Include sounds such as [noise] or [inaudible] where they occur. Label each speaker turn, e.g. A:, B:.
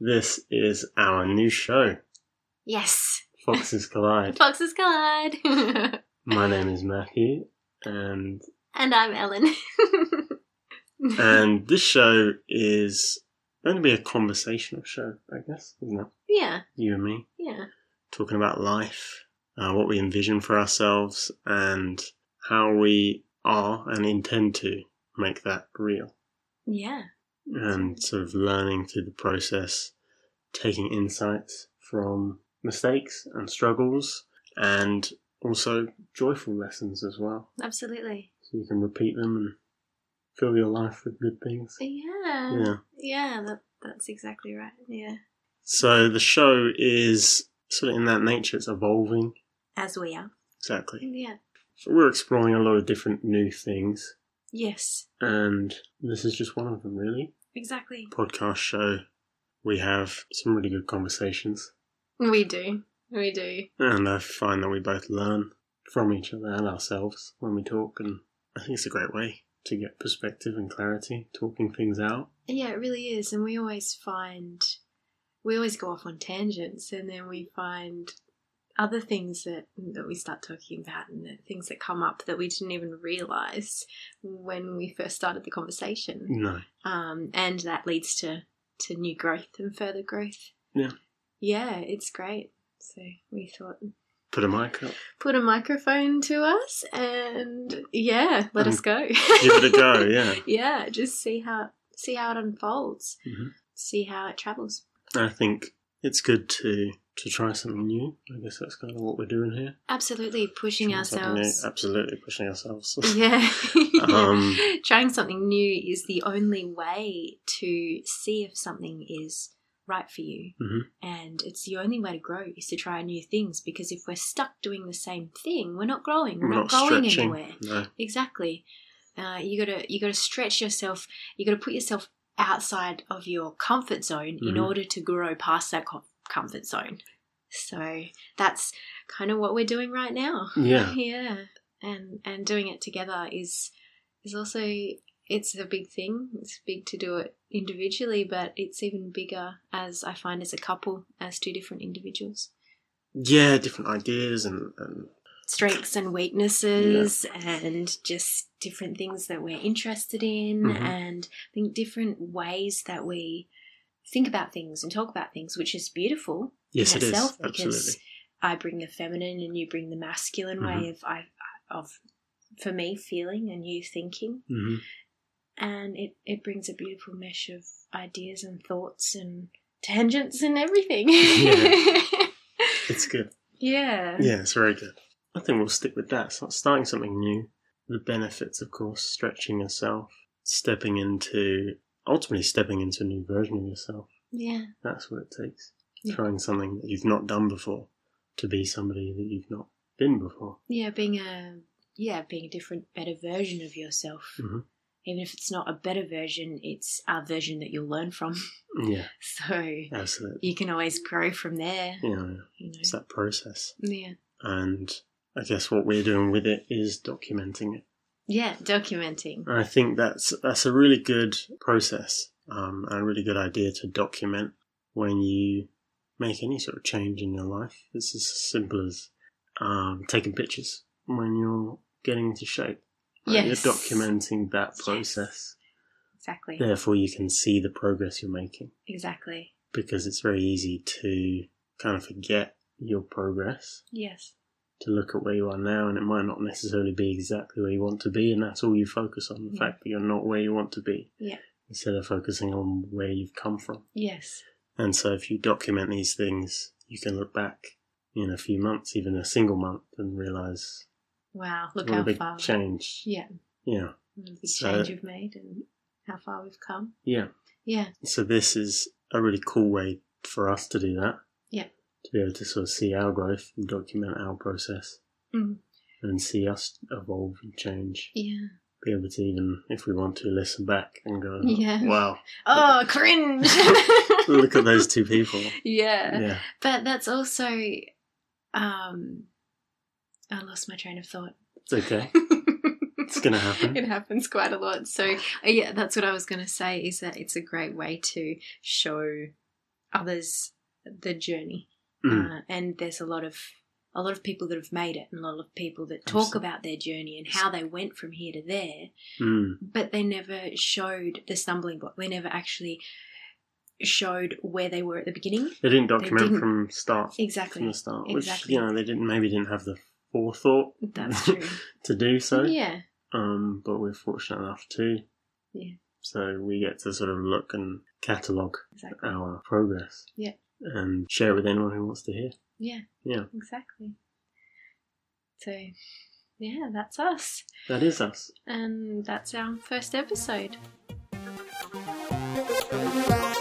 A: This is our new show,
B: Yes.
A: Foxes Collide.
B: Foxes collide.
A: My name is Matthew, and
B: [laughs] and I'm Ellen. [laughs]
A: and this show is going to be a conversational show, I guess, isn't it?
B: yeah,
A: You and me
B: yeah.
A: talking about life, uh, what we envision for ourselves, and how we are and intend to make that real.
B: Yeah.
A: And sort of learning through the process, taking insights from mistakes and struggles, and also joyful lessons as well.
B: Absolutely.
A: so you can repeat them and fill your life with good things.
B: Yeah.
A: Yeah.
B: Yeah, that, that's exactly right. Yeah.
A: So the show is sort of in that nature, it's evolving.
B: As we are.
A: Exactly.
B: Yeah.
A: So we're exploring a lot of different new things,
B: Yes.
A: and this is just one of them, really.
B: Exactly.
A: Podcast show. We have some really good conversations,
B: We do. We do.
A: and I find that we both learn from each other and ourselves when we talk, and I think it's a great way to get perspective and clarity, talking things out.
B: Yeah, it really is. And we always find, we always go off on tangents and then we find other things that, that we start talking about and the things that come up that we didn't even realize when we first started the conversation.
A: No,
B: Um, and that leads to, to new growth and further growth.
A: Yeah.
B: Yeah, it's great. So we thought,
A: put a mic up.
B: put a microphone to us and yeah, let
A: And
B: us go.
A: Um, Give it a
B: [laughs]
A: go, yeah.
B: yeah, just see how see how it unfolds,
A: Mhm.
B: see how it travels.
A: I think it's good to to try something new. I guess that's kind of what we're doing here.
B: Absolutely pushing
A: Trying something new.
B: ourselves.
A: Absolutely pushing ourselves.
B: [laughs] Yeah.
A: Um,
B: [laughs] Trying something new is the only way to see if something is right for you.
A: Mhm.
B: And it's the only way to grow is to try new things because if we're stuck doing the same thing, we're not growing, we're,
A: [laughs] We're
B: not,
A: not
B: going
A: stretching.
B: anywhere.
A: No.
B: Exactly. Uh, you gotta you gotta stretch yourself. You gotta put yourself outside of your comfort zone in
A: Mhm.
B: order to grow past that com- comfort zone. So that's kind of what we're doing right now.
A: Yeah.
B: [laughs] Yeah, and and doing it together is is also it's a big thing. It's big to do it individually, but it's even bigger as I find as a couple, as two different individuals,
A: Yeah, different ideas and, and
B: strengths and weaknesses, and just different things that we're interested in,
A: Mhm.
B: and I think different ways that we think about things and talk about things, which is beautiful.
A: yes, it is.
B: Myself, because-
A: Absolutely. Mm-hmm.
B: I bring the feminine and you bring the masculine way of I of for me feeling and you thinking
A: hmm
B: and it it brings a beautiful mesh of ideas and thoughts and tangents and everything.
A: Yeah. It's good.
B: [laughs] yeah.
A: Yeah, it's very good. I think we'll stick with that. So starting something new. The benefits, of course, stretching yourself, stepping into, ultimately stepping into a new version of yourself.
B: Yeah.
A: That's what it takes.
B: Yeah.
A: Trying something that you've not done before to be somebody that you've not been before.
B: Yeah, being a yeah, being a different better version of yourself.
A: Mhm.
B: Even if it's not a better version, it's a version that you'll learn from. [laughs]
A: Yeah,
B: So
A: absolutely.
B: you can always grow from there.
A: You know,
B: You know.
A: it's that process.
B: yeah.
A: And I guess what we're doing with it is documenting it.
B: Yeah, documenting.
A: And I think that's that's a really good process um, and a really good idea to document when you make any sort of change in your life. It's as simple as um, taking pictures when you're getting into shape. Right?
B: Yes.
A: You're documenting that
B: Yes.
A: process.
B: Exactly.
A: Therefore, you can see the progress you're making
B: Exactly.
A: because it's very easy to kind of forget your progress,
B: Yes.
A: to look at where you are now, and it might not necessarily be exactly where you want to be, and that's all you focus on the
B: Yeah.
A: fact that you're not where you want to be.
B: Yeah.
A: Instead of focusing on where you've come from.
B: Yes.
A: And so, if you document these things, you can look back in a few months, even a single month, and realize
B: Wow. Look
A: what a
B: how
A: big
B: far.
A: change.
B: Yeah.
A: Yeah.
B: The
A: So-
B: change you've made and how far we've come.
A: Yeah.
B: Yeah.
A: So this is a really cool way for us to do that.
B: Yeah.
A: To be able to sort of see our growth and document our process
B: Mm.
A: and see us evolve and change.
B: Yeah.
A: Be able to even, if we want to, listen back and go,
B: Yeah.
A: wow,
B: Oh, cringe.
A: [laughs] look at those two people.
B: [laughs] yeah.
A: Yeah.
B: But that's also um I lost my train of [laughs] thought.
A: It's okay. It's going to happen.
B: it happens quite a lot. So uh, yeah, that's what I was going to say is that it's a great way to show others the journey.
A: Mm.
B: Uh, and there's a lot of a lot of people that have made it, and a lot of people that talk
A: Absolutely.
B: about their journey and how they went from here to there,
A: Mm.
B: but they never showed the stumbling block. They never actually showed where they were at the beginning.
A: They didn't document
B: didn't-
A: from start
B: Exactly.
A: from the start, which
B: Exactly.
A: you know they didn't maybe didn't have the forethought
B: That's true.
A: to do so.
B: yeah.
A: Um, but we're fortunate enough to.
B: Yeah.
A: So we get to sort of look and catalog
B: Exactly.
A: our progress.
B: Yeah.
A: And share it with anyone who wants to hear.
B: Yeah.
A: Yeah.
B: Exactly. So, yeah, that's us.
A: That is us.
B: And that's our first episode.
C: Thank you.